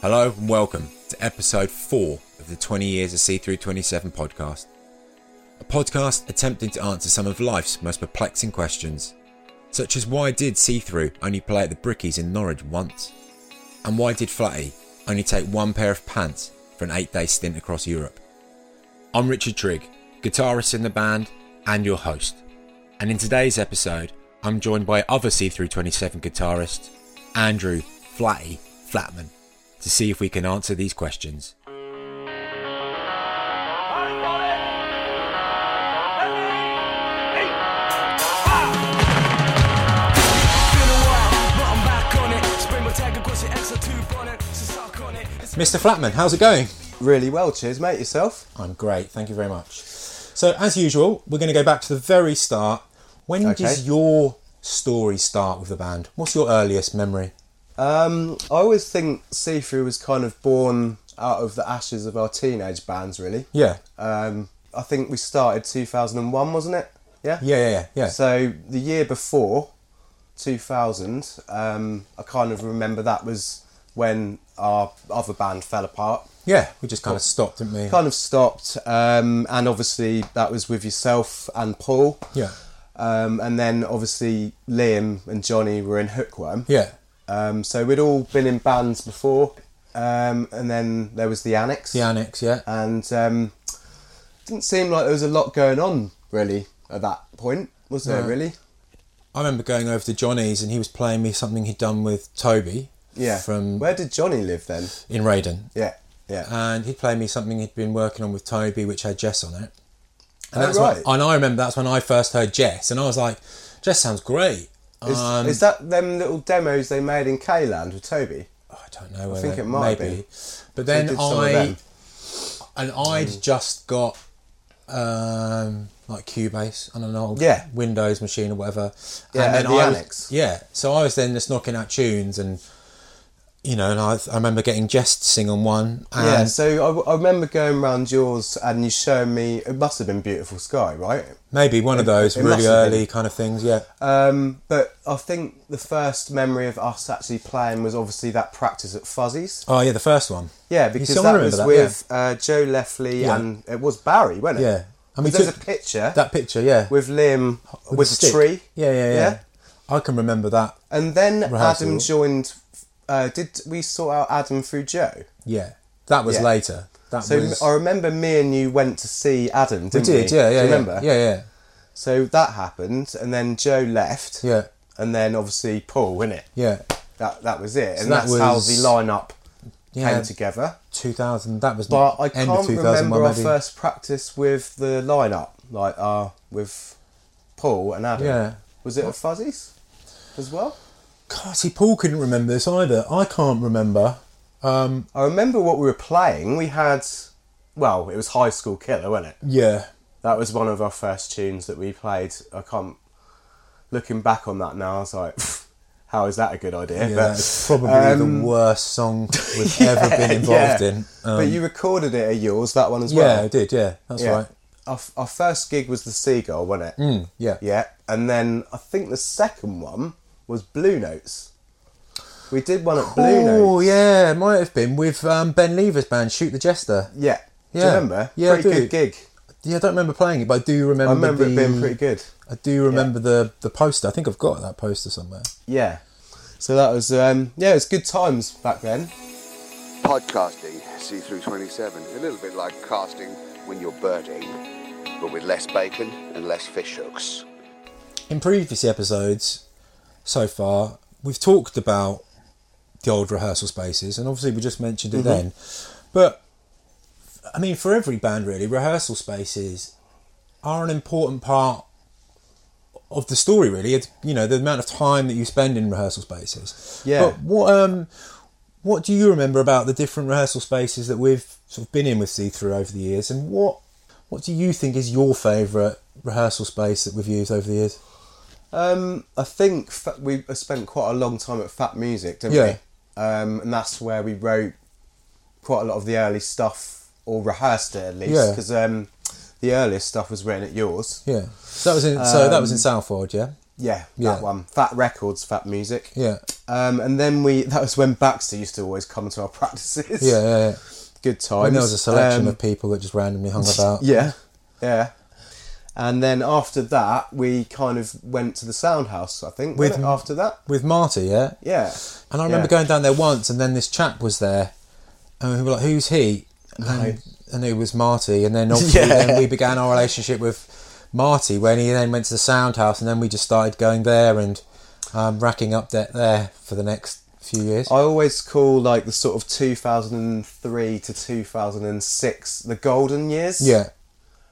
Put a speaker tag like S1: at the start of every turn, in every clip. S1: Hello and welcome to episode 4 of the 20 Years of C327 podcast. A podcast attempting to answer some of life's most perplexing questions, such as why did See Through only play at the Brickies in Norwich once? And why did Flatty only take one pair of pants for an eight day stint across Europe? I'm Richard Trigg, guitarist in the band and your host. And in today's episode, I'm joined by other C327 guitarist, Andrew Flatty Flatman, to see if we can answer these questions. Mr. Flatman, how's it going?
S2: Really well, cheers, mate. Yourself?
S1: I'm great, thank you very much. So, as usual, we're going to go back to the very start. When
S2: Okay.
S1: does your story start with the band? What's your earliest memory?
S2: Um, I always think Seafood was kind of born out of the ashes of our teenage bands, really.
S1: Yeah,
S2: Um, I think we started 2001, wasn't it? Yeah?
S1: yeah, yeah, yeah. yeah.
S2: So the year before, 2000, um, I kind of remember that was when our other band fell apart.
S1: Yeah, we just kind of stopped, didn't we?
S2: Kind of stopped, um, and obviously that was with yourself and Paul.
S1: Yeah,
S2: Um, and then obviously Liam and Johnny were in Hookworm.
S1: yeah,
S2: Um, so we'd all been in bands before, um, and then there was the annex,
S1: the annex. Yeah,
S2: and um, didn't seem like there was a lot going on really at that point, was there?
S1: No.
S2: Really?
S1: I remember going over to Johnny's and he was playing me something he'd done with Toby.
S2: Yeah.
S1: from Uh,
S2: Where did Johnny live then?
S1: in Raiden,
S2: Yeah, yeah.
S1: and he'd played me something he'd been working on with Toby, which had Jess on it. And
S2: Oh,
S1: that's when-
S2: right.
S1: and I remember that's when I first heard Jess, and I was like, Jess sounds great.
S2: is,
S1: um,
S2: is that them little demos they made in K Land with Toby?
S1: I don't know. Whether,
S2: think it might
S1: maybe.
S2: be.
S1: But
S2: They
S1: then
S2: did some of
S1: I
S2: them. Mm.
S1: and I'd just got um, like Cubase on an old
S2: Yeah.
S1: Windows machine or whatever.
S2: Yeah,
S1: and then
S2: and the
S1: I was-
S2: Annex.
S1: yeah, so I was then just knocking out tunes and you know, and I, I remember getting Jess to sing on one. And
S2: yeah. So I, I remember going round yours and you showing me. It must have been Beautiful Sky, right?
S1: maybe one of those
S2: it
S1: really
S2: must have
S1: early kind of things. Yeah,
S2: Um, but I think the first memory of us actually playing was obviously that practice at Fuzzies.
S1: oh yeah, the first one.
S2: Yeah,
S1: You
S2: because
S1: still
S2: that
S1: remember
S2: was
S1: that,
S2: with uh, Joe Lefley
S1: Yeah.
S2: and it was Barry, wasn't it?
S1: Yeah. And we
S2: 'Cause there's
S1: took
S2: a picture
S1: that picture. Yeah,
S2: with Liam with,
S1: the
S2: a
S1: stick.
S2: tree.
S1: Yeah, yeah, yeah, I can remember that.
S2: And then
S1: Rehearsal.
S2: Adam joined. Uh, did we sort out Adam through Joe?
S1: Yeah, that was
S2: Yeah.
S1: later. That
S2: So
S1: was.
S2: I remember me and you went to see Adam,
S1: we
S2: didn't we?
S1: did, yeah,
S2: Do
S1: yeah,
S2: you
S1: yeah.
S2: remember?
S1: yeah, yeah,
S2: So that happened, and then Joe left.
S1: yeah,
S2: And then obviously Paul, innit?
S1: yeah.
S2: That that was it, and
S1: that
S2: that's how
S1: was-
S2: the lineup
S1: Yeah.
S2: came together.
S1: 2000. That was
S2: But I
S1: end of
S2: can't
S1: 2001.
S2: remember our
S1: maybe.
S2: first practice with the lineup, like uh, with Paul and Adam.
S1: Yeah.
S2: Was it at Fuzzies as well?
S1: God, see, Paul couldn't remember this either. I can't remember. Um,
S2: I remember what we were playing. We had, well, it was High School Killer, wasn't it?
S1: yeah,
S2: That was one of our first tunes that we played. I can't. Looking back on that now, I was like, how is that a good idea?
S1: yeah
S2: But- um,
S1: that's probably the worst song we've ever been
S2: Yeah,
S1: involved
S2: yeah.
S1: in. Um,
S2: but you recorded it at yours, that one as
S1: yeah,
S2: well.
S1: I did. Yeah, that's
S2: Yeah.
S1: right.
S2: Our, f- our first gig was the Seagull, wasn't it?
S1: Mm, yeah.
S2: Yeah, and then I think the second one was Blue Notes. We did one at Blue Notes.
S1: Oh yeah, it might have been with um, Ben Lever's band, Shoot the Jester.
S2: Yeah. Do you
S1: Yeah.
S2: remember?
S1: Yeah, I
S2: pretty
S1: do.
S2: good gig.
S1: Yeah, I don't remember playing it, but I do remember.
S2: I remember
S1: the,
S2: it being pretty good.
S1: I do remember the the poster. I think I've got that poster somewhere.
S2: Yeah. So that was um yeah, it was good times back then.
S3: Podcasting, see through 27, a little bit like casting when you're birding, but with less bacon and less fish hooks.
S1: in previous episodes so far, we've talked about the old rehearsal spaces, and obviously we just mentioned it then. But I mean, for every band, really, rehearsal spaces are an important part of the story. Really, it's you know the amount of time that you spend in rehearsal spaces.
S2: Yeah.
S1: But what um, what do you remember about the different rehearsal spaces that we've sort of been in with See Through over the years, and what what do you think is your favourite rehearsal space that we've used over the years?
S2: Um I think fa- we spent quite a long time at Fat Music, didn't
S1: Yeah.
S2: we? Um and that's where we wrote quite a lot of the early stuff or rehearsed it at least
S1: Yeah.
S2: because um the earliest stuff was written at yours. Um,
S1: Yeah. So that was in so that was in Southwold, yeah.
S2: Yeah, that
S1: Yeah.
S2: one. Fat Records, Fat Music.
S1: Yeah.
S2: Um, and then we that was when Baxter used to always come to our practices.
S1: Yeah, yeah, yeah.
S2: Good times.
S1: And there was a selection
S2: Um,
S1: of people that just randomly hung about.
S2: Yeah. Yeah. And then after that, we kind of went to the sound house, I think,
S1: With
S2: wasn't it,
S1: m-
S2: after that.
S1: With Marty, yeah?
S2: Yeah.
S1: And I remember
S2: Yeah.
S1: going down there once, and then this chap was there, and we were like, "Who's he?" And, and it was Marty. And then obviously,
S2: Yeah.
S1: then we began our relationship with Marty when he then went to the Sound House, and then we just started going there and um, racking up debt there for the next few years.
S2: I always call like the sort of 2003 to 2006 the golden years.
S1: yeah,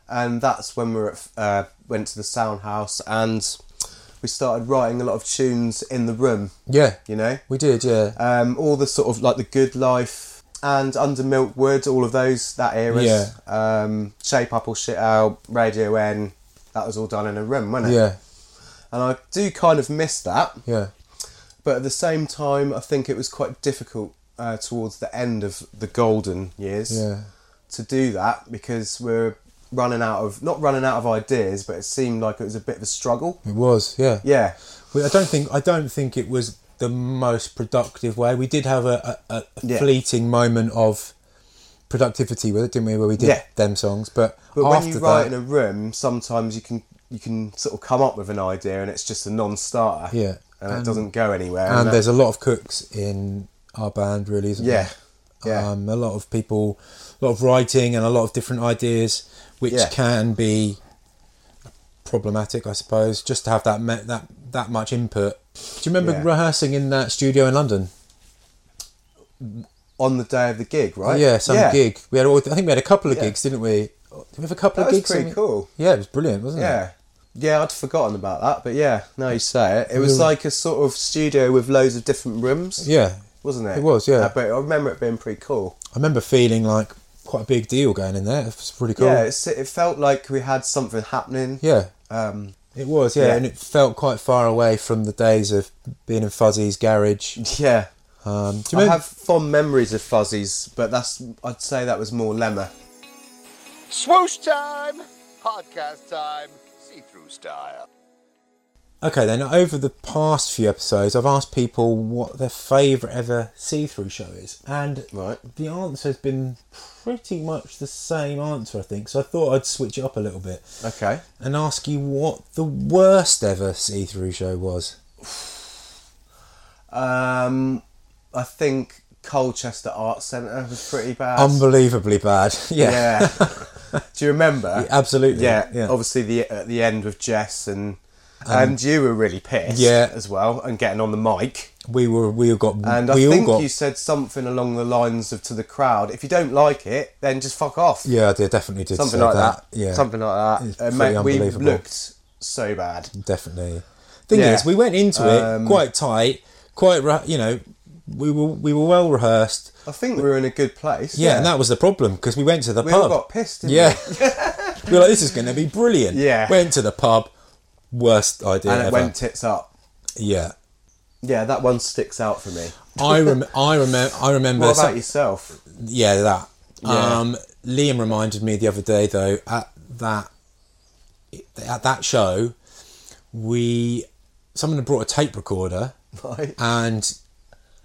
S2: and that's when we were at, uh, went to the sound house and we started writing a lot of tunes in the room.
S1: yeah,
S2: You know,
S1: we did. Yeah,
S2: um, all the sort of like the good life and under milk wood, all of those that era.
S1: Yeah.
S2: Um, shape up or shit out, Radio N. That was all done in a room, wasn't it?
S1: yeah,
S2: And I do kind of miss that,
S1: yeah,
S2: but at the same time, I think it was quite difficult uh, towards the end of the golden years
S1: yeah,
S2: to do that because we're running out of not running out of ideas, but it seemed like it was a bit of a struggle.
S1: it was. Yeah,
S2: Yeah,
S1: We, I don't think I don't think it was the most productive way. We did have a, a, a
S2: Yeah.
S1: fleeting moment of productivity with it, didn't we? Where we did
S2: Yeah.
S1: them songs, but,
S2: but
S1: after
S2: when you write
S1: that,
S2: in a room, sometimes you can you can sort of come up with an idea and it's just a non-starter.
S1: Yeah.
S2: and,
S1: And-
S2: it doesn't go anywhere.
S1: and
S2: that-
S1: there's a lot of cooks in our band, really, isn't
S2: yeah,
S1: there?
S2: yeah,
S1: Um, a lot of people, a lot of writing, and a lot of different ideas, which
S2: Yeah.
S1: can be problematic, I suppose. Just to have that me- that that much input. Do you remember
S2: Yeah.
S1: rehearsing in that studio in London?
S2: on the day of the gig, right?
S1: Oh, Yeah, some gig. We had, all, I think we had a couple of gigs, didn't we? Did we have a couple
S2: That
S1: of
S2: was
S1: gigs?
S2: pretty
S1: in-
S2: cool.
S1: Yeah, it was brilliant, wasn't it?
S2: Yeah. Yeah, I'd forgotten about that, but yeah, now you say it, it was like a sort of studio with loads of different rooms,
S1: Yeah.
S2: wasn't it?
S1: It was, yeah.
S2: Uh, but I remember it being pretty cool.
S1: I remember feeling like quite a big deal going in there. It was pretty cool.
S2: Yeah, it's, it felt like we had something happening.
S1: Yeah.
S2: Um,
S1: It was, yeah,
S2: Yeah.
S1: and it felt quite far away from the days of being in Fuzzy's garage.
S2: yeah.
S1: Um, do you
S2: I
S1: remember?
S2: have fond memories of Fuzzies, but that's I'd say that was more Lemma.
S3: Swoosh time! Podcast time! See through style.
S1: Okay, then over the past few episodes, I've asked people what their favourite ever see-through show is, and
S2: Right.
S1: the answer has been pretty much the same answer, I think. So I thought I'd switch it up a little bit.
S2: Okay.
S1: and ask you what the worst ever see-through show was.
S2: Um, I think Colchester Arts Centre was pretty bad.
S1: Unbelievably bad. Yeah.
S2: yeah. Do you remember?
S1: Absolutely.
S2: Yeah,
S1: Yeah. Um,
S2: Obviously, the at the end with Jess and and you were really pissed.
S1: yeah.
S2: As well, and getting on the mic.
S1: We were. We all got.
S2: And
S1: we
S2: I
S1: all
S2: think
S1: got.
S2: you said something along the lines of to the crowd, if you don't like it, then just fuck off.
S1: Yeah, I did. Definitely did.
S2: something
S1: say
S2: like that.
S1: Yeah.
S2: something like
S1: It's
S2: that. Uh,
S1: pretty
S2: mate, we
S1: unbelievable.
S2: looked so bad.
S1: Definitely. Thing
S2: Yeah.
S1: is, we went into it
S2: Um,
S1: quite tight, quite re- you know, we were we were well rehearsed.
S2: I think we were in a good place.
S1: Yeah, and that was the problem because we went to the
S2: we
S1: pub.
S2: all got pissed. Didn't
S1: yeah. we were like, this is going to be brilliant.
S2: Yeah.
S1: Went to the pub. Worst idea
S2: we? and it
S1: ever.
S2: went tits up.
S1: yeah.
S2: Yeah, that one sticks out for me.
S1: I rem- I remember. I remember.
S2: What
S1: some-
S2: about yourself?
S1: Yeah, that.
S2: Yeah.
S1: Um, Liam reminded me the other day though at that at that show, we someone had brought a tape recorder,
S2: Right.
S1: and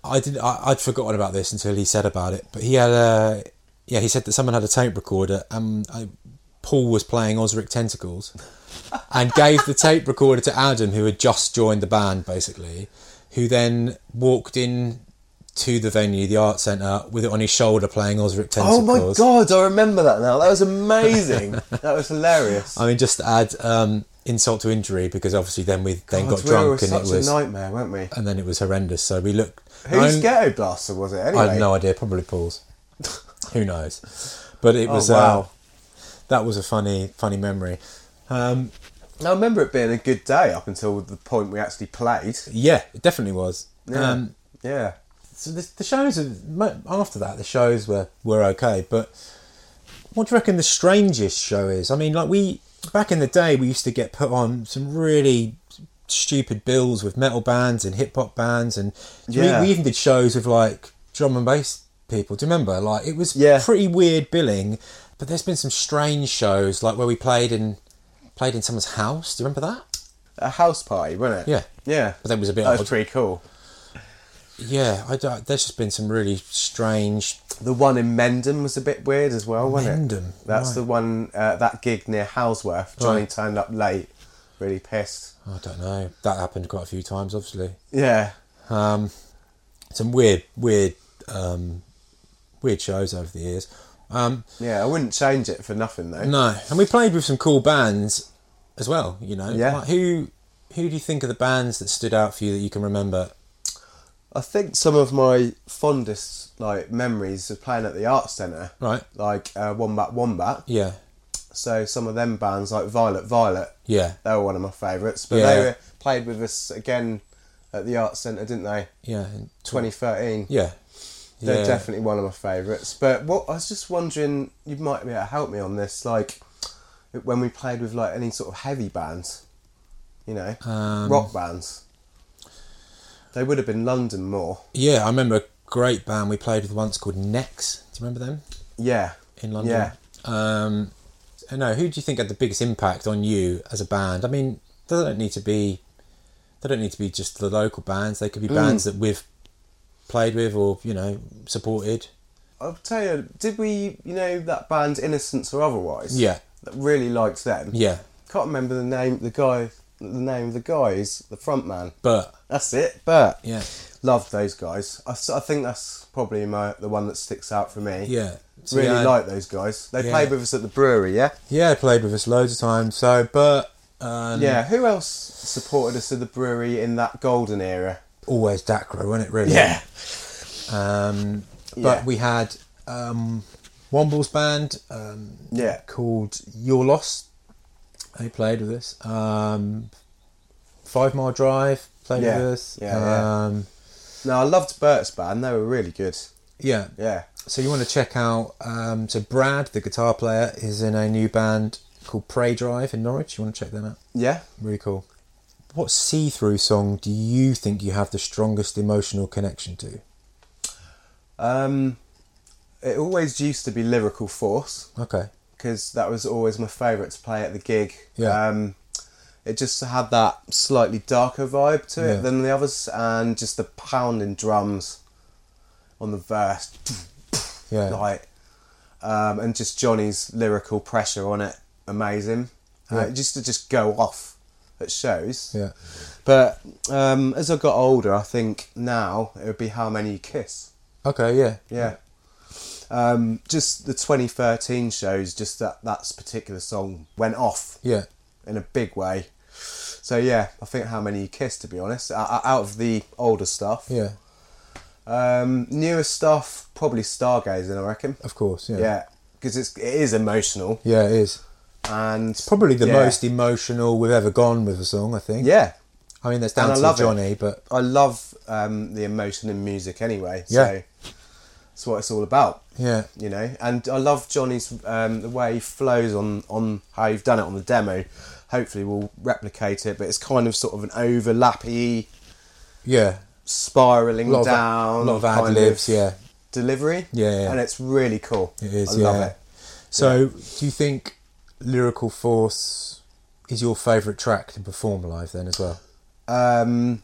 S1: I did I, I'd forgotten about this until he said about it. But he had a yeah he said that someone had a tape recorder and I, Paul was playing Osric Tentacles, and gave the tape recorder to Adam who had just joined the band basically, who then walked in. To the venue, the art centre, with it on his shoulder, playing Osric
S2: Oh
S1: Tentacles.
S2: my god, I remember that now. That was amazing. that was hilarious.
S1: I mean, just to add um, insult to injury, because obviously then we then got
S2: God, we were
S1: drunk and
S2: Oh, such
S1: it was
S2: a nightmare, weren't we?
S1: and then it was horrendous. So we looked.
S2: Whose
S1: I'm-
S2: ghetto blaster was it anyway?
S1: I have no idea. Probably Paul's. Who knows? But it
S2: Oh,
S1: was.
S2: wow.
S1: Uh, that was a funny, funny memory. Um,
S2: I remember it being a good day up until the point we actually played.
S1: yeah, it definitely was.
S2: Yeah.
S1: Um,
S2: yeah.
S1: so the, the shows are- mo- after that, the shows were were okay. But what do you reckon the strangest show is? I mean, like we back in the day, we used to get put on some really stupid bills with metal bands and hip hop bands, and
S2: Yeah.
S1: we, we even did shows with like drum and bass people. Do you remember? Like it was
S2: Yeah.
S1: pretty weird billing. But there's been some strange shows, like where we played in played in someone's house. Do you remember that?
S2: a house party, wasn't it?
S1: Yeah.
S2: Yeah.
S1: But that was a bit
S2: That was
S1: odd.
S2: pretty cool.
S1: Yeah, I don't, there's just been some really strange.
S2: The one in Mendham was a bit weird as well, wasn't
S1: Mendham,
S2: it? That's
S1: right.
S2: the one, uh, that gig near Halsworth. Johnny
S1: Right.
S2: turned up late, really pissed.
S1: I don't know. That happened quite a few times, obviously.
S2: Yeah.
S1: Some weird, weird, um, weird shows over the years. Um,
S2: Yeah, I wouldn't change it for nothing though.
S1: no, and we played with some cool bands as well. You know,
S2: Yeah.
S1: Like, who who do you think are the bands that stood out for you that you can remember?
S2: I think some of my fondest like memories of playing at the art centre,
S1: Right.
S2: like uh, Wombat Wombat.
S1: Yeah,
S2: So some of them bands like Violet Violet,
S1: yeah,
S2: they were one of my favourites. But
S1: Yeah.
S2: they were played with us again at the art centre, didn't they?
S1: yeah. and tw-
S2: 2013.
S1: Yeah,
S2: They're
S1: yeah.
S2: definitely one of my favourites. But what I was just wondering, you might be able to help me on this, like when we played with like any sort of heavy bands, you know,
S1: Um,
S2: rock bands. They would have been London more.
S1: Yeah, I remember a great band we played with once called Nex. Do you remember them
S2: Yeah.
S1: in London?
S2: Yeah.
S1: Um, I know. Who do you think had the biggest impact on you as a band? I mean, they don't need to be. They don't need to be just the local bands. They
S2: Mm.
S1: could be bands that we've played with or you know supported.
S2: I'll tell you, did we, you know, that band Innocence or Otherwise?
S1: Yeah.
S2: That really liked them.
S1: Yeah,
S2: Can't remember the name, the guy, the name of the guy who's the front man.
S1: but
S2: That's it, Bert.
S1: yeah,
S2: Love those guys. I, s- I think that's probably my the one that sticks out for me.
S1: yeah. So,
S2: Really
S1: yeah,
S2: like those guys. They
S1: Yeah.
S2: played with us at the brewery, yeah?
S1: Yeah, they played with us loads of times. So, but um,
S2: Yeah. Who else supported us at the brewery in that golden era?
S1: always Dacro, wasn't it? Really. Um, but
S2: Yeah.
S1: we had um, Womble's band um,
S2: Yeah.
S1: called Your Loss. They played with us. Um, Five Mile Drive played
S2: Yeah.
S1: with us.
S2: Yeah, yeah.
S1: Um,
S2: No, I loved Bert's band. They were really good.
S1: yeah.
S2: Yeah.
S1: So you want to check out? Um, so Brad, the guitar player, is in a new band called Prey Drive in Norwich. You want to check them out?
S2: Yeah.
S1: Really cool. What see-through song do you think you have the strongest emotional connection to?
S2: Um, it always used to be Lyrical Force.
S1: Okay.
S2: because that was always my favourite to play at the gig.
S1: Yeah.
S2: Um, it just had that slightly darker vibe to it
S1: Yeah.
S2: than the others, and just the pounding drums on the verse,
S1: Yeah.
S2: like, um, and just Johnny's lyrical pressure on it, amazing. Uh,
S1: Yeah.
S2: it used to just go off at shows.
S1: Yeah.
S2: But um, as I got older, I think now it would be how many you kiss.
S1: Okay. Yeah.
S2: Yeah. Um, just the 2013 shows, just that that particular song went off
S1: Yeah.
S2: in a big way. So yeah, I think how many you kissed to be honest. O- o- Out of the older stuff,
S1: Yeah.
S2: um, newer stuff probably stargazing, I reckon.
S1: Of course.
S2: Yeah, because it's it is emotional
S1: Yeah, it is.
S2: and
S1: Probably the
S2: yeah.
S1: most emotional we've ever gone with a song, I think.
S2: Yeah,
S1: I mean, that's down
S2: And I
S1: to
S2: love it.
S1: Johnny, but
S2: I love um, the emotion in music anyway.
S1: Yeah.
S2: So that's what it's all about.
S1: yeah.
S2: you know. And I love Johnny's um, the way he flows on on how you've done it on the demo. Hopefully, we'll replicate it, but it's kind of sort of an overlappy,
S1: Yeah.
S2: spiraling
S1: A lot of,
S2: down,
S1: a lot of
S2: kind
S1: ad libs, yeah.
S2: delivery,
S1: Yeah, yeah.
S2: and it's really cool.
S1: It is,
S2: I
S1: yeah.
S2: love it.
S1: So, do you think Lyrical Force is your favourite track to perform live then as well?
S2: Um,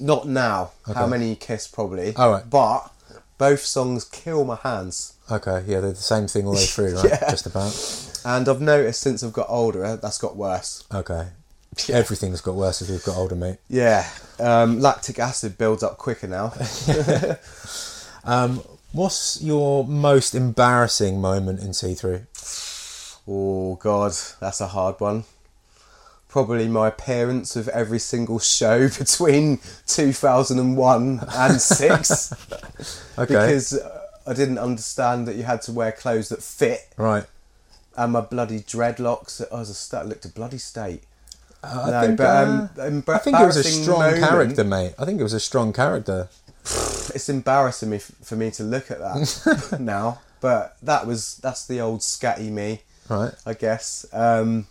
S2: not now. How
S1: Okay.
S2: many you kiss probably?
S1: All right.
S2: but both songs kill my hands.
S1: Okay, yeah, they're the same thing all the way through, right? Just about.
S2: And I've noticed since I've got older, uh, that's got worse.
S1: Okay. Everything's got worse as we've got older, mate.
S2: Yeah, um, lactic acid builds up quicker now.
S1: What's your most embarrassing moment in C3?
S2: Oh God, that's a hard one. Probably my appearance of every single show between 2001 and six,
S1: Okay.
S2: because uh, I didn't understand that you had to wear clothes that fit,
S1: right.
S2: and my bloody dreadlocks. I was a st- looked a bloody state.
S1: I
S2: No,
S1: think,
S2: but, um,
S1: uh,
S2: embar-
S1: I think it was a
S2: embarrassing
S1: strong
S2: moment-
S1: character, mate. I think it was a strong character.
S2: It's embarrassing me f- for me to look at that now, but that was that's the old scatty me.
S1: Right.
S2: I guess. Um,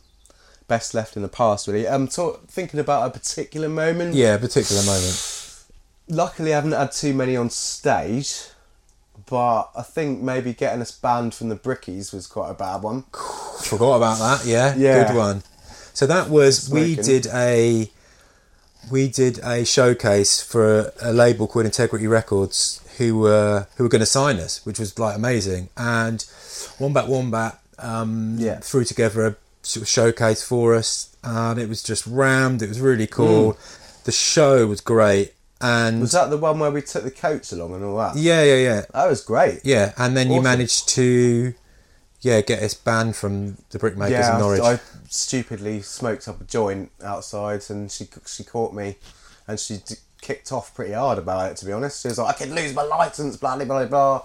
S2: best left in the past, really. I'm ta- thinking about a particular moment.
S1: Yeah, a particular moment.
S2: Luckily, I haven't had too many on stage, but I think maybe getting us banned from the Brickies was quite a bad one.
S1: Forgot about that. Yeah,
S2: Yeah.
S1: good one. So that was we
S2: Smoking.
S1: did a we did a showcase for a, a label called Integrity Records, who were who were going to sign us, which was like amazing. And Wombat Wombat um,
S2: Yeah.
S1: threw together a sort of showcase for us, and it was just rammed. It was really cool. The show was great, and
S2: Hmm. Was that the one where we took the coats along and all that?
S1: yeah, yeah, yeah,
S2: That was great.
S1: yeah. And then you
S2: Awesome.
S1: managed to yeah get us banned from the brickmakers in
S2: I-
S1: Norwich.
S2: I stupidly smoked up a joint outside, and she she caught me, and she d- kicked off pretty hard about it. To be honest, she was like, "I could lose my license, blah blah blah." blah.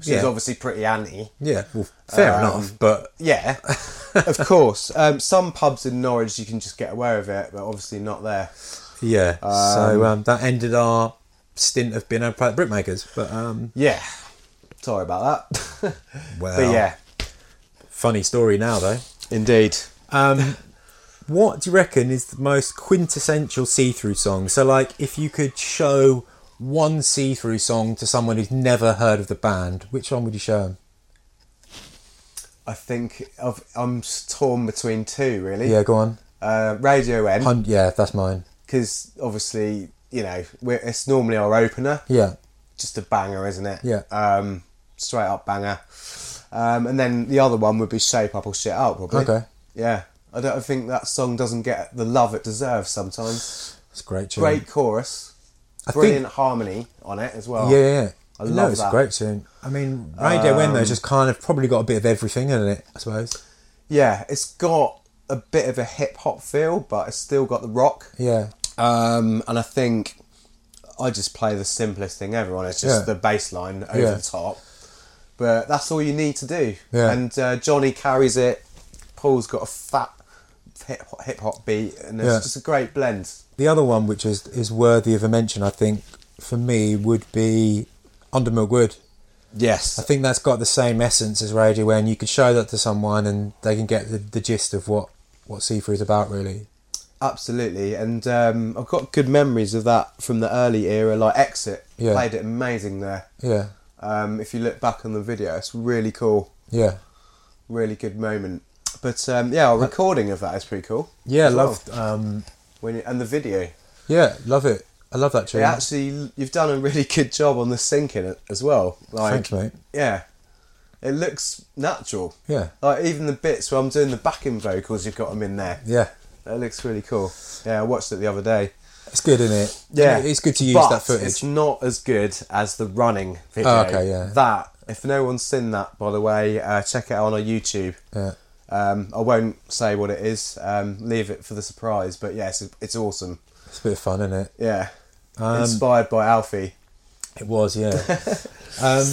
S2: She was
S1: Yeah.
S2: obviously pretty anti.
S1: yeah, well, fair
S2: Um,
S1: enough, but
S2: Yeah, of course. Um, some pubs in Norwich you can just get away with it, but obviously not there.
S1: yeah. so um, that ended our stint of being able to play at brickmakers. But um,
S2: Yeah, sorry about that.
S1: well,
S2: but yeah,
S1: funny story now though.
S2: indeed.
S1: Um, what do you reckon is the most quintessential see-through song? So, like, if you could show one see-through song to someone who's never heard of the band, which one would you show them?
S2: I think I've, I'm s- torn between two really.
S1: Yeah, go on.
S2: Uh, Radio N.
S1: Hun- yeah, that's mine.
S2: because obviously you know we're, it's normally our opener
S1: Yeah,
S2: just a banger isn't it
S1: Yeah.
S2: um straight up banger um and then the other one would be shape up or shit up probably
S1: Okay.
S2: yeah i don't I think that song doesn't get the love it deserves sometimes
S1: it's a great tune.
S2: great chorus
S1: Hmm. I
S2: brilliant harmony on it as well
S1: Think, yeah, yeah.
S2: Oh, I
S1: no,
S2: love
S1: it's a
S2: that. Um,
S1: great tune. I mean, Radio N though just kind of probably got a bit of everything in it, I suppose.
S2: yeah it's got a bit of a hip-hop feel but it's still got the rock
S1: Yeah,
S2: Um, and I think I just play the simplest thing ever on it. It's just
S1: Yeah.
S2: the bass line over
S1: Yeah.
S2: the top. But that's all you need to do.
S1: Yeah.
S2: And uh, Johnny carries it. Paul's got a fat hip hip hop beat, and it's
S1: Yeah.
S2: just a great blend.
S1: The other one, which is is worthy of a mention, I think, for me, would be Under Milk Wood.
S2: Yes.
S1: I think that's got the same essence as Radio N. You could show that to someone and they can get the, the gist of what, what Seafood is about, really.
S2: Absolutely, and um, I've got good memories of that from the early era. Like Exit
S1: Yeah.
S2: played it amazing there.
S1: Yeah,
S2: Um, if you look back on the video, it's really cool,
S1: yeah.
S2: really good moment. But um, yeah, our recording of that is pretty cool.
S1: Yeah,
S2: as well.
S1: loved, um,
S2: when you, and the video.
S1: yeah, love it. I love that tune.
S2: They actually, you've done a really good job on the syncing as well. Like,
S1: Thanks, mate.
S2: Yeah, it looks natural.
S1: Yeah.
S2: like even the bits where I'm doing the backing vocals, you've got them in there.
S1: Yeah,
S2: that looks really cool. Yeah, I watched it the other day.
S1: it's good, isn't it?
S2: Yeah,
S1: It's good to use
S2: but
S1: that footage.
S2: It's not as good as the running video.
S1: Oh, okay, yeah.
S2: That, if no one's seen that, by the way, uh, check it out on our YouTube.
S1: Yeah.
S2: Um, I won't say what it is. Um, leave it for the surprise. But yes, it's, it's awesome.
S1: It's a bit of fun, isn't it?
S2: Yeah,
S1: Um,
S2: inspired by Alfie.
S1: It was, yeah. um,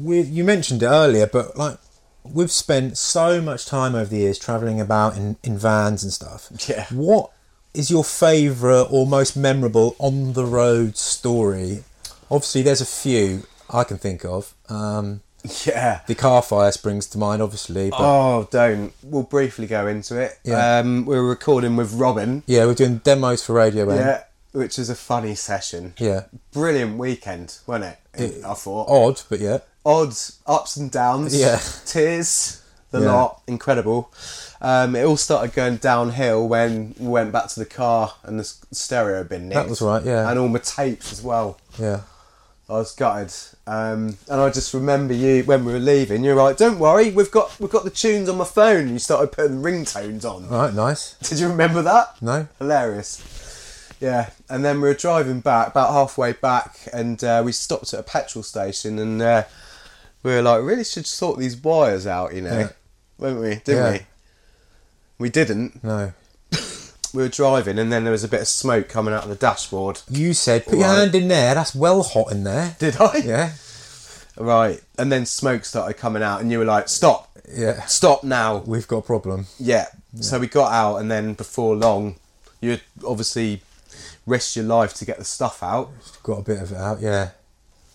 S1: we you mentioned it earlier, but like we've spent so much time over the years traveling about in, in vans and stuff.
S2: Yeah.
S1: What is your favourite or most memorable on the road story? Obviously, there's a few I can think of. Um,
S2: Yeah.
S1: the car fire springs to mind, obviously. But
S2: Oh, don't. We'll briefly go into it.
S1: Yeah.
S2: Um, we were recording with Robin.
S1: yeah, we're doing demos for Radio N.
S2: Yeah. Which was a funny session.
S1: Yeah.
S2: Brilliant weekend, wasn't it? I thought.
S1: Odd, but yeah.
S2: Odds, ups and downs.
S1: Yeah.
S2: Tears. The
S1: Yeah.
S2: lot. Incredible. Um, it all started going downhill when we went back to the car and the s- stereo had been nicked.
S1: That was right, yeah.
S2: And all my tapes as well.
S1: Yeah.
S2: I was gutted, um, and I just remember you when we were leaving. You're like, "Don't worry, we've got we've got the tunes on my phone." You started putting ringtones on.
S1: All right, nice.
S2: Did you remember that?
S1: No.
S2: Hilarious. Yeah, and then we were driving back, about halfway back, and uh, we stopped at a petrol station, and uh, we were like, really should sort these wires out, you know,
S1: Yeah.
S2: weren't we? Didn't
S1: Yeah.
S2: we? We didn't.
S1: No.
S2: We were driving, and then there was a bit of smoke coming out of the dashboard.
S1: You said, put your
S2: Right.
S1: hand in there. That's well hot in there.
S2: Did I?
S1: Yeah.
S2: Right, and then smoke started coming out, and you were like, "Stop!
S1: Yeah.
S2: Stop now!"
S1: We've got a problem.
S2: Yeah. So we got out, and then before long, you obviously risked your life to get the stuff out,
S1: Got a bit of it out, yeah.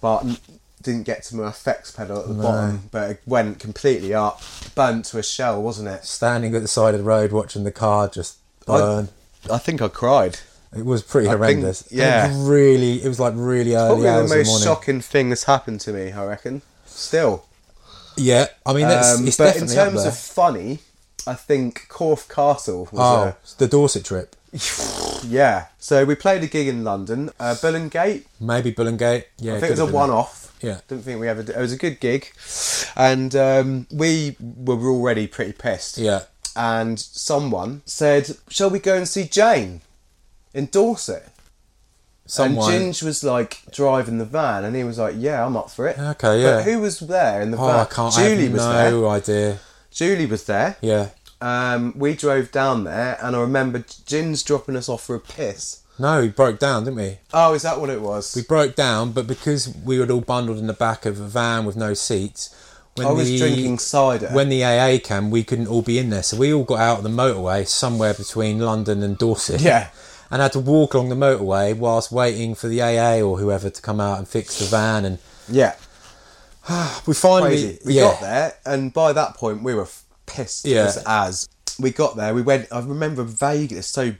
S2: but n- didn't get to my effects pedal at the
S1: No.
S2: bottom, but it went completely up, burnt to a shell, wasn't it?
S1: Standing at the side of the road watching the car just burn.
S2: I think I cried.
S1: it was pretty
S2: think-
S1: horrendous. And
S2: yeah.
S1: It was really, it was like really early
S2: Probably
S1: hours
S2: the
S1: in the
S2: most
S1: morning.
S2: shocking thing that's happened to me, I reckon. Still.
S1: Yeah, I mean, that's,
S2: Um,
S1: it's
S2: but in
S1: definitely up
S2: terms
S1: there.
S2: of funny, I think Corfe Castle was
S1: oh,
S2: a.
S1: it's the Dorset trip.
S2: yeah. So we played a gig in London, uh, Gate.
S1: Maybe Bullingate. Yeah,
S2: I think it was a one-off.
S1: Yeah.
S2: Didn't think we ever. Did. It was a good gig, and um, we were already pretty pissed.
S1: Yeah.
S2: And someone said, "Shall we go and see Jane in Dorset?"
S1: Someone.
S2: And Ginge was like driving the van, and he was like, "Yeah, I'm up for it."
S1: Okay, yeah.
S2: But who was there in the
S1: oh,
S2: van?
S1: I can't. I
S2: Julie
S1: have
S2: was
S1: no
S2: there.
S1: idea.
S2: Julie was there.
S1: Yeah.
S2: Um, we drove down there, and I remember Ginge dropping us off for a piss.
S1: No, we broke down, didn't we?
S2: Oh, is that what it was?
S1: We broke down, but because we were all bundled in the back of a van with no seats, when
S2: I was
S1: the,
S2: drinking cider.
S1: When the AA came, we couldn't all be in there, so we all got out of the motorway somewhere between London and Dorset.
S2: Yeah.
S1: And had to walk along the motorway whilst waiting for the AA or whoever to come out and fix the van. And
S2: yeah,
S1: we finally,
S2: crazy. We
S1: yeah,
S2: got there, and by that point, we were f- pissed
S1: Yeah.
S2: as, as we got there. We went. I remember vaguely. It's so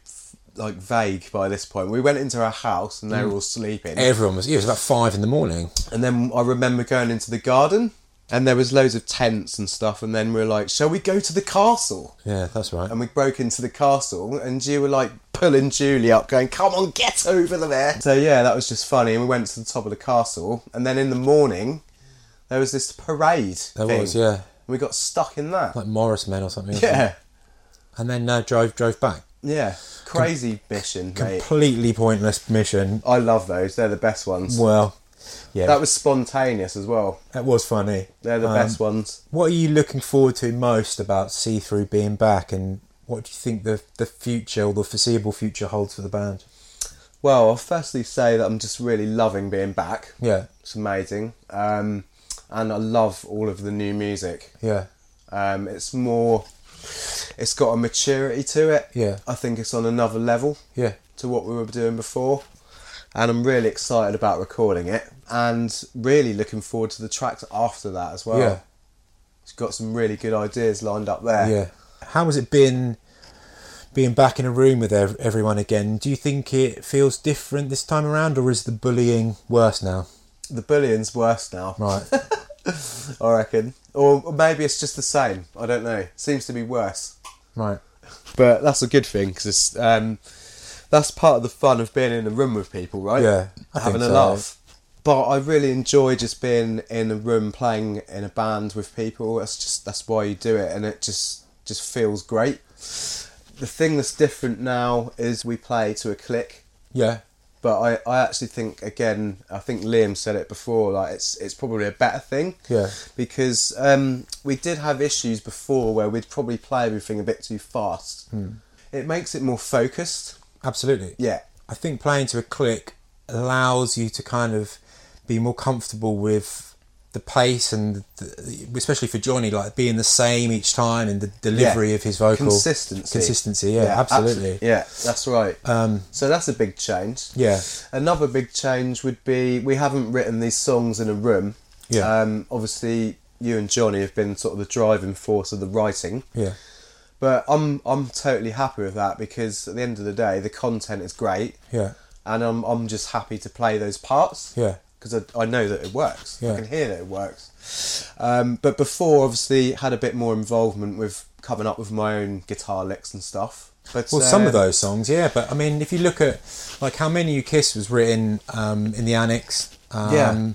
S2: like vague by this point. We went into our house, and they were all sleeping.
S1: everyone was. It was about five in the morning.
S2: And then I remember going into the garden, and there was loads of tents and stuff. And then we were like, "Shall we go to the castle?"
S1: Yeah, that's right.
S2: And we broke into the castle, and you were like pulling Julie up, going, "Come on, get over there!" So yeah, that was just funny. And we went to the top of the castle, and then in the morning, there was this parade.
S1: There
S2: thing,
S1: was, yeah.
S2: And we got stuck in that.
S1: like Morris men or something. wasn't it?
S2: yeah,
S1: And then uh, drove drove back.
S2: yeah, crazy mission, mate.
S1: Completely pointless mission.
S2: I love those. They're the best ones.
S1: Well, yeah,
S2: That was spontaneous as well.
S1: that was funny.
S2: They're the
S1: Um,
S2: best ones.
S1: What are you looking forward to most about See Through being back, and what do you think the the future or the foreseeable future holds for the band?
S2: Well, I'll firstly say that I'm just really loving being back.
S1: Yeah,
S2: It's amazing. Um, and I love all of the new music.
S1: yeah,
S2: Um, it's more, it's got a maturity to it.
S1: Yeah.
S2: I think it's on another level
S1: yeah,
S2: to what we were doing before. And I'm really excited about recording it and really looking forward to the tracks after that as well.
S1: Yeah.
S2: It's got some really good ideas lined up there.
S1: yeah. uh, How has it been? Being back in a room with ev- everyone again, do you think it feels different this time around, or is the bullying worse now?
S2: The bullion's worse now,
S1: Right.
S2: I reckon. Or maybe it's just the same. I don't know. Seems to be worse.
S1: right.
S2: but that's a good thing because um, that's part of the fun of being in a room with people, right?
S1: Yeah, I
S2: having
S1: think so.
S2: a laugh. But I really enjoy just being in a room playing in a band with people. That's just that's why you do it, and it just just feels great. The thing that's different now is we play to a click.
S1: Yeah.
S2: But I, I actually think again I think Liam said it before like it's it's probably a better thing
S1: Yeah.
S2: because um, we did have issues before where we'd probably play everything a bit too fast.
S1: Hmm.
S2: It makes it more focused.
S1: Absolutely.
S2: Yeah,
S1: I think playing to a click allows you to kind of be more comfortable with the pace and the, especially for Johnny, like being the same each time and the delivery
S2: Yeah.
S1: of his vocal
S2: Consistency.
S1: Consistency, yeah, absolutely.
S2: abso- yeah, that's right. Um, so that's a big change.
S1: Yeah.
S2: Another big change would be we haven't written these songs in a room.
S1: Yeah.
S2: Um, obviously, you and Johnny have been sort of the driving force of the writing.
S1: Yeah,
S2: But I'm I'm totally happy with that because at the end of the day, the content is great.
S1: yeah,
S2: and I'm, I'm just happy to play those parts.
S1: Yeah.
S2: Because I, I know that it works.
S1: Yeah.
S2: I can hear that it works. Um, but before, obviously, had a bit more involvement with coming up with my own guitar licks and stuff. But
S1: Well, some
S2: uh,
S1: of those songs, yeah, but I mean, if you look at like how many you kiss was written um, in the annex. Um,
S2: Yeah.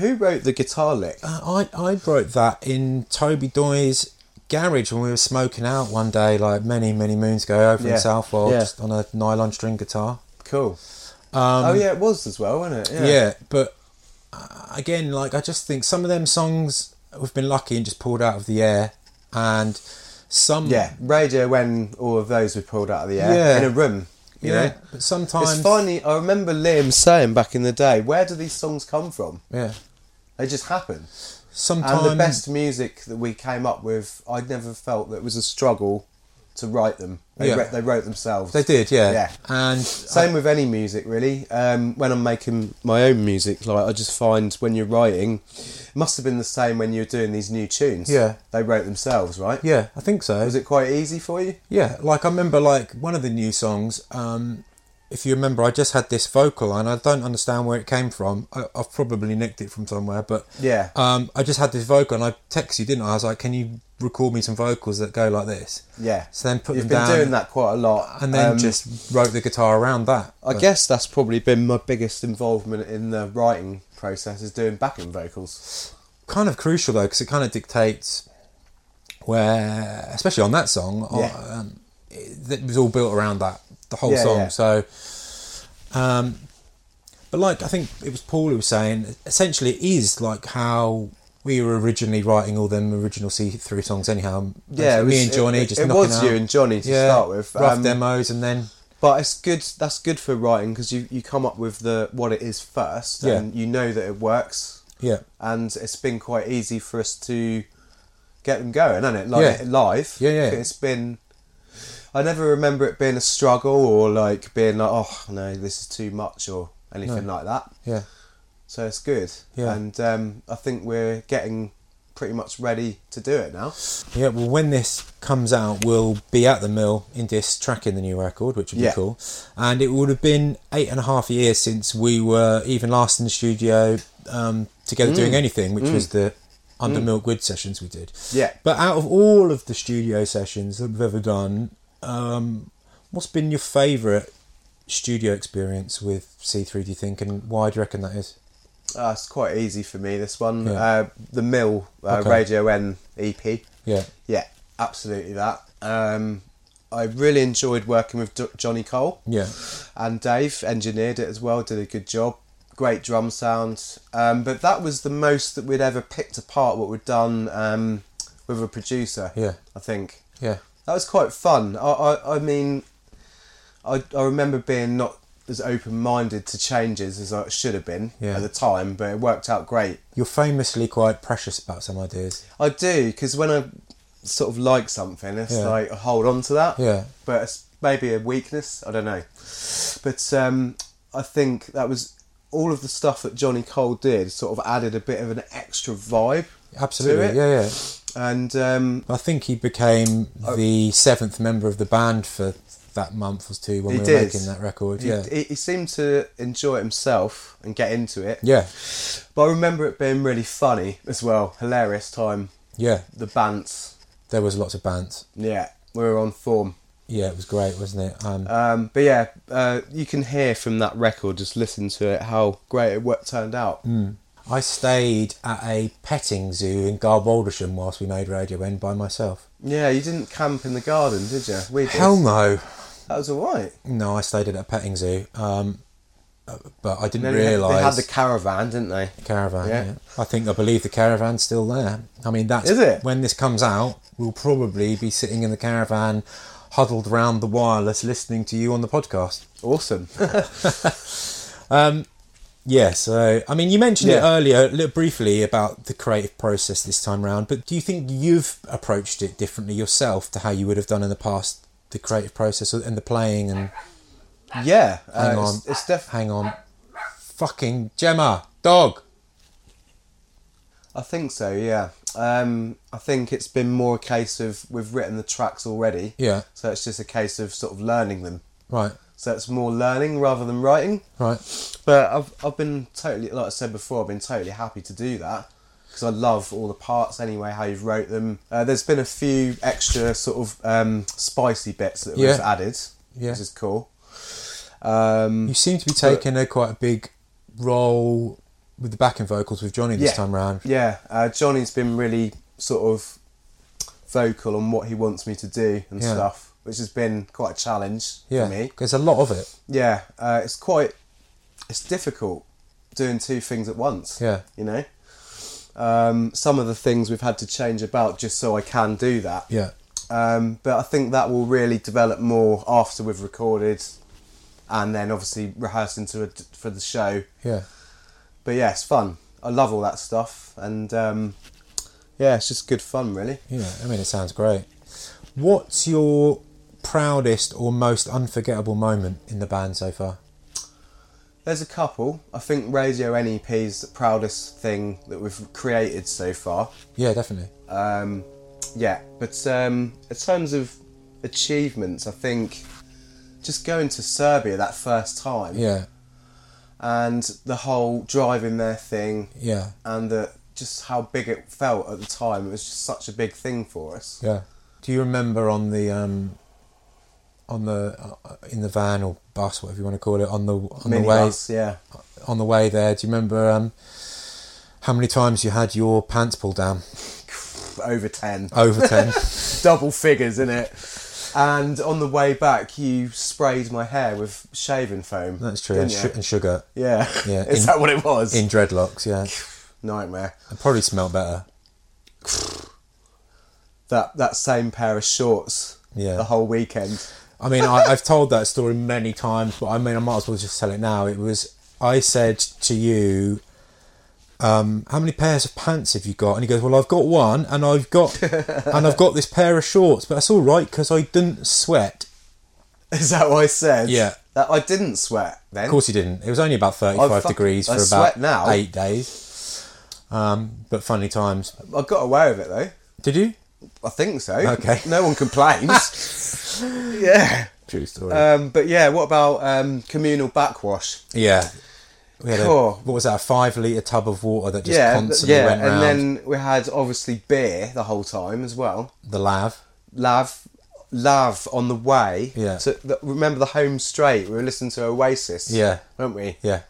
S2: Who wrote the guitar lick?
S1: I I wrote that in Toby Doy's garage when we were smoking out one day, like many many moons ago, over
S2: Yeah.
S1: in Southwold,
S2: Yeah.
S1: just on a nylon string guitar.
S2: Cool. oh yeah, it was as well, wasn't it?
S1: Um, yeah. but uh, again like i just think some of them songs we've been lucky and just pulled out of the air and some
S2: Yeah. Radio when all of those were pulled out of the air
S1: Yeah.
S2: in a room. You
S1: yeah
S2: know.
S1: but sometimes
S2: It's funny. I remember Liam saying back in the day, "Where do these songs come from?
S1: yeah
S2: They just happen."
S1: sometimes
S2: And the best music that we came up with, I'd never felt that it was a struggle to write them. They,
S1: Yeah.
S2: wrote- they wrote themselves.
S1: they did yeah
S2: Yeah.
S1: and
S2: Same with any music, really. Um, when I'm making my own music, like I just find when you're writing, it must have been the same when you were doing these new tunes.
S1: Yeah.
S2: they wrote themselves, right?
S1: yeah i think so
S2: Was it quite easy for you?
S1: yeah like i remember like one of the new songs um if you remember, I just had this vocal, and I don't understand where it came from. I, I've probably nicked it from somewhere, but
S2: Yeah.
S1: um, I just had this vocal, and I texted you, didn't I? I was like, "Can you record me some vocals that go like this?"
S2: Yeah.
S1: So then put
S2: You've
S1: them
S2: been
S1: down,
S2: doing that quite a lot.
S1: and then
S2: Um,
S1: just wrote the guitar around that.
S2: I guess that's probably been my biggest involvement in the writing process is doing backing vocals.
S1: kind of crucial though because it kind of dictates where especially on that song
S2: Yeah.
S1: um, it, it was all built around that the whole
S2: Yeah,
S1: song
S2: yeah.
S1: so um but like i think it was paul who was saying essentially it is like how we were originally writing all them original see-through songs anyhow
S2: Yeah, it
S1: me
S2: was-
S1: and johnny
S2: it-
S1: just
S2: it
S1: knocking
S2: was you
S1: out-
S2: and Johnny to start with,
S1: rough
S2: um,
S1: demos and then
S2: But it's good. That's good for writing because you, you come up with the what it is first,
S1: Yeah.
S2: and you know that it works.
S1: yeah
S2: And it's been quite easy for us to get them going, hasn't it? Like
S1: Yeah.
S2: live.
S1: Yeah, yeah.
S2: It's been. I never remember it being a struggle or like being like, oh no, this is too much or anything like that.
S1: yeah
S2: So it's good.
S1: Yeah.
S2: And um, I think we're getting pretty much ready to do it now.
S1: Yeah, well, when this comes out, we'll be at the mill in this tracking the new record, which would
S2: Yeah.
S1: be cool. And it would have been eight and a half years since we were even last in the studio um, together
S2: Mm.
S1: doing anything, which was the Under Milkwood sessions we did.
S2: Yeah.
S1: But out of all of the studio sessions that we've ever done, um, what's been your favourite studio experience with C3, do you think? And why do you reckon that is?
S2: Uh, it's quite easy for me, this one.
S1: Yeah.
S2: Uh, the Mill uh,
S1: Okay.
S2: Radio N EP.
S1: Yeah.
S2: Yeah, absolutely that. Um, I really enjoyed working with D- Johnny Cole.
S1: Yeah.
S2: And Dave engineered it as well, did a good job. Great drum sound. Um, but that was the most that we'd ever picked apart what we'd done um, with a producer.
S1: Yeah.
S2: I think.
S1: Yeah.
S2: That was quite fun. I, I, I mean, I, I remember being not as open minded to changes as I should have been
S1: Yeah.
S2: at the time, but it worked out great.
S1: You're famously quite precious about some ideas.
S2: I do, because when I sort of like something, it's
S1: Yeah.
S2: like I hold on to that.
S1: Yeah.
S2: But it's maybe a weakness, I don't know. But um, I think that was all of the stuff that Johnny Cole did sort of added a bit of an extra vibe.
S1: Absolutely.
S2: it.
S1: Yeah, yeah.
S2: And um,
S1: I think he became
S2: Oh.
S1: the seventh member of the band for that month or two when
S2: He
S1: we were
S2: did.
S1: making that record.
S2: he,
S1: Yeah.
S2: he, he seemed to enjoy it himself and get into it.
S1: yeah.
S2: But I remember it being really funny as well, hilarious time.
S1: Yeah.
S2: The bants,
S1: There was lots of bands.
S2: yeah, we were on form.
S1: Yeah, it was great, wasn't it? Um,
S2: Um, but yeah, uh, you can hear from that record, just listen to it, how great it worked, turned out.
S1: Hmm. I stayed at a petting zoo in Garbaldersham whilst we made Radio End by myself.
S2: Yeah, you didn't camp in the garden, did you? We did.
S1: Hell no.
S2: That was all right.
S1: No, I stayed at a petting zoo. Um, uh, but I didn't
S2: Then they had-
S1: realise
S2: they had the caravan, didn't they?
S1: caravan.
S2: Yeah.
S1: Yeah. I think I believe the caravan's still there. I mean, that's
S2: Is it?
S1: when this comes out, we'll probably be sitting in the caravan, huddled round the wireless, listening to you on the podcast.
S2: Awesome.
S1: Yeah. So, I mean, you mentioned it
S2: Yeah.
S1: earlier, a little briefly about the creative process this time round. But do you think you've approached it differently yourself to how you would have done in the past? The creative process and the playing and
S2: yeah, uh,
S1: hang on,
S2: it's, it's definitely.
S1: hang on, fucking Gemma, dog.
S2: I think so. Yeah, um, I think it's been more a case of we've written the tracks already.
S1: Yeah.
S2: So it's just a case of sort of learning them.
S1: Right,
S2: So it's more learning rather than writing.
S1: right,
S2: But I've I've been totally like I said before, I've been totally happy to do that because I love all the parts anyway. How you've wrote them. Uh, there's been a few extra sort of um, spicy bits that
S1: Yeah.
S2: we've added,
S1: Yeah.
S2: which is cool. Um,
S1: You seem to be taking a quite a big role with the backing vocals with Johnny this
S2: Yeah.
S1: time round.
S2: yeah, uh, Johnny's been really sort of vocal on what he wants me to do and
S1: Yeah.
S2: stuff, which has been quite a challenge
S1: Yeah,
S2: for me.
S1: there's a lot of it.
S2: Yeah, uh, it's quite it's difficult doing two things at once.
S1: Yeah.
S2: you know. Um, some of the things we've had to change about just so I can do that.
S1: Yeah,
S2: Um, but I think that will really develop more after we've recorded, and then obviously rehearsing to a, for the show.
S1: yeah,
S2: But yeah, it's fun. I love all that stuff, and um, yeah, it's just good fun, really.
S1: yeah. I mean, it sounds great. What's your proudest or most unforgettable moment in the band so far?
S2: There's a couple. I think Radio NEP's the proudest thing that we've created so far.
S1: Yeah, definitely.
S2: Um, yeah, but um, in terms of achievements, I think just going to Serbia that first time
S1: Yeah.
S2: and the whole driving there thing
S1: Yeah.
S2: and the just how big it felt at the time. It was just such a big thing for us.
S1: Yeah. Do you remember on the um, on the uh, in the van or bus, whatever you want to call it, on the on the way
S2: Minibus, yeah.
S1: on the way there? Do you remember um, how many times you had your pants pulled down?
S2: Over 10.
S1: Over ten.
S2: Double figures, in it. And on the way back, you sprayed my hair with shaving foam.
S1: That's true. And,
S2: didn't
S1: su
S2: you?
S1: and sugar
S2: yeah.
S1: Yeah,
S2: Is
S1: in-
S2: that what it was?
S1: in dreadlocks. Yeah.
S2: Nightmare.
S1: It probably smelled better.
S2: That that same pair of shorts.
S1: Yeah.
S2: The whole weekend.
S1: I mean, I, I've told that story many times, but I mean, I might as well just tell it now. It was I said to you, um, "How many pairs of pants have you got?" And he goes, "Well, I've got one, and I've got, and I've got this pair of shorts, but that's all right because I didn't sweat."
S2: Is that what I said?
S1: Yeah.
S2: That I didn't sweat then.
S1: Of course, he didn't. It was only about thirty-five
S2: fuck-
S1: degrees for
S2: I
S1: about
S2: sweat now.
S1: eight days. Um, but funny times.
S2: I got away with it though.
S1: Did you?
S2: I think so.
S1: Okay.
S2: No one complains. yeah.
S1: True story.
S2: Um, but yeah, what about um, communal backwash?
S1: yeah. We had a,
S2: cool.
S1: what was that? A five-liter tub of water that just
S2: yeah, th-
S1: constantly
S2: yeah,
S1: went
S2: and
S1: round
S2: then we had obviously beer the whole time as well.
S1: the lav.
S2: Lav, lav on the way.
S1: Yeah.
S2: To the, remember the home straight? We were listening to Oasis.
S1: Yeah.
S2: Weren't we?
S1: Yeah.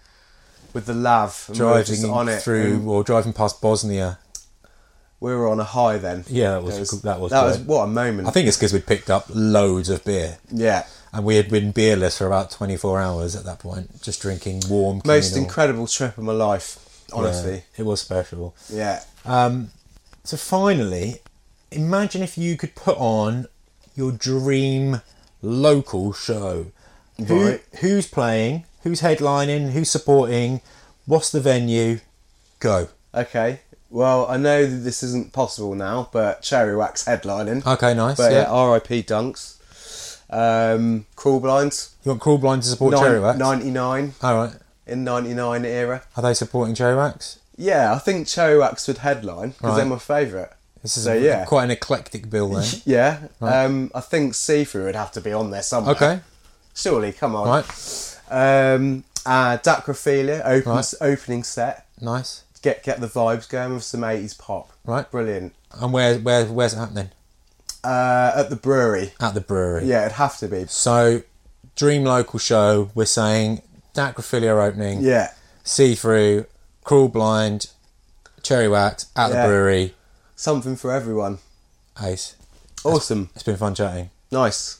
S2: With the lav and we were
S1: driving
S2: just on it
S1: through
S2: and
S1: or driving past Bosnia.
S2: We were on a high then.
S1: Yeah, that was
S2: It
S1: that was.
S2: that was
S1: great.
S2: what a moment.
S1: I think it's because we'd picked up loads of beer,
S2: yeah.
S1: and we had been beerless for about twenty four hours at that point, just drinking warm.
S2: Most
S1: communal-
S2: incredible trip of my life, honestly.
S1: Yeah, it was special.
S2: Yeah.
S1: So finally, imagine if you could put on your dream local show.
S2: Right.
S1: Who, who's playing? Who's headlining? Who's supporting? What's the venue? Go.
S2: Okay. Well, I know that this isn't possible now, but Cherry Wax headlining.
S1: Okay, nice.
S2: But uh,
S1: yeah.
S2: yeah, R.I.P. Dunks. Um, Crawl Blinds.
S1: You want Crawl Blind to support
S2: Nine-
S1: Cherry Wax?
S2: 99
S1: All right.
S2: in 99 era.
S1: Are they supporting Cherry Wax?
S2: Yeah, I think Cherry Wax would headline because they're
S1: Right.
S2: my favourite.
S1: This is
S2: So,
S1: a-
S2: yeah.
S1: quite an eclectic bill then.
S2: Yeah. Um, I think Seafood would have to be on there somewhere.
S1: okay,
S2: Surely, come on.
S1: right,
S2: Um, uh, Dacrophilia, open,
S1: Right.
S2: opening set.
S1: nice.
S2: Get get the vibes going with some 80s pop.
S1: Right.
S2: Brilliant.
S1: And where where where's it happening?
S2: Uh, at the brewery.
S1: At the brewery.
S2: Yeah, it'd have to be.
S1: So, dream local show. We're saying Dacrophilia opening.
S2: Yeah.
S1: See through, crawl blind, cherry whacked at
S2: Yeah.
S1: the brewery.
S2: Something for everyone.
S1: Ace.
S2: Awesome.
S1: It's been fun chatting.
S2: Nice.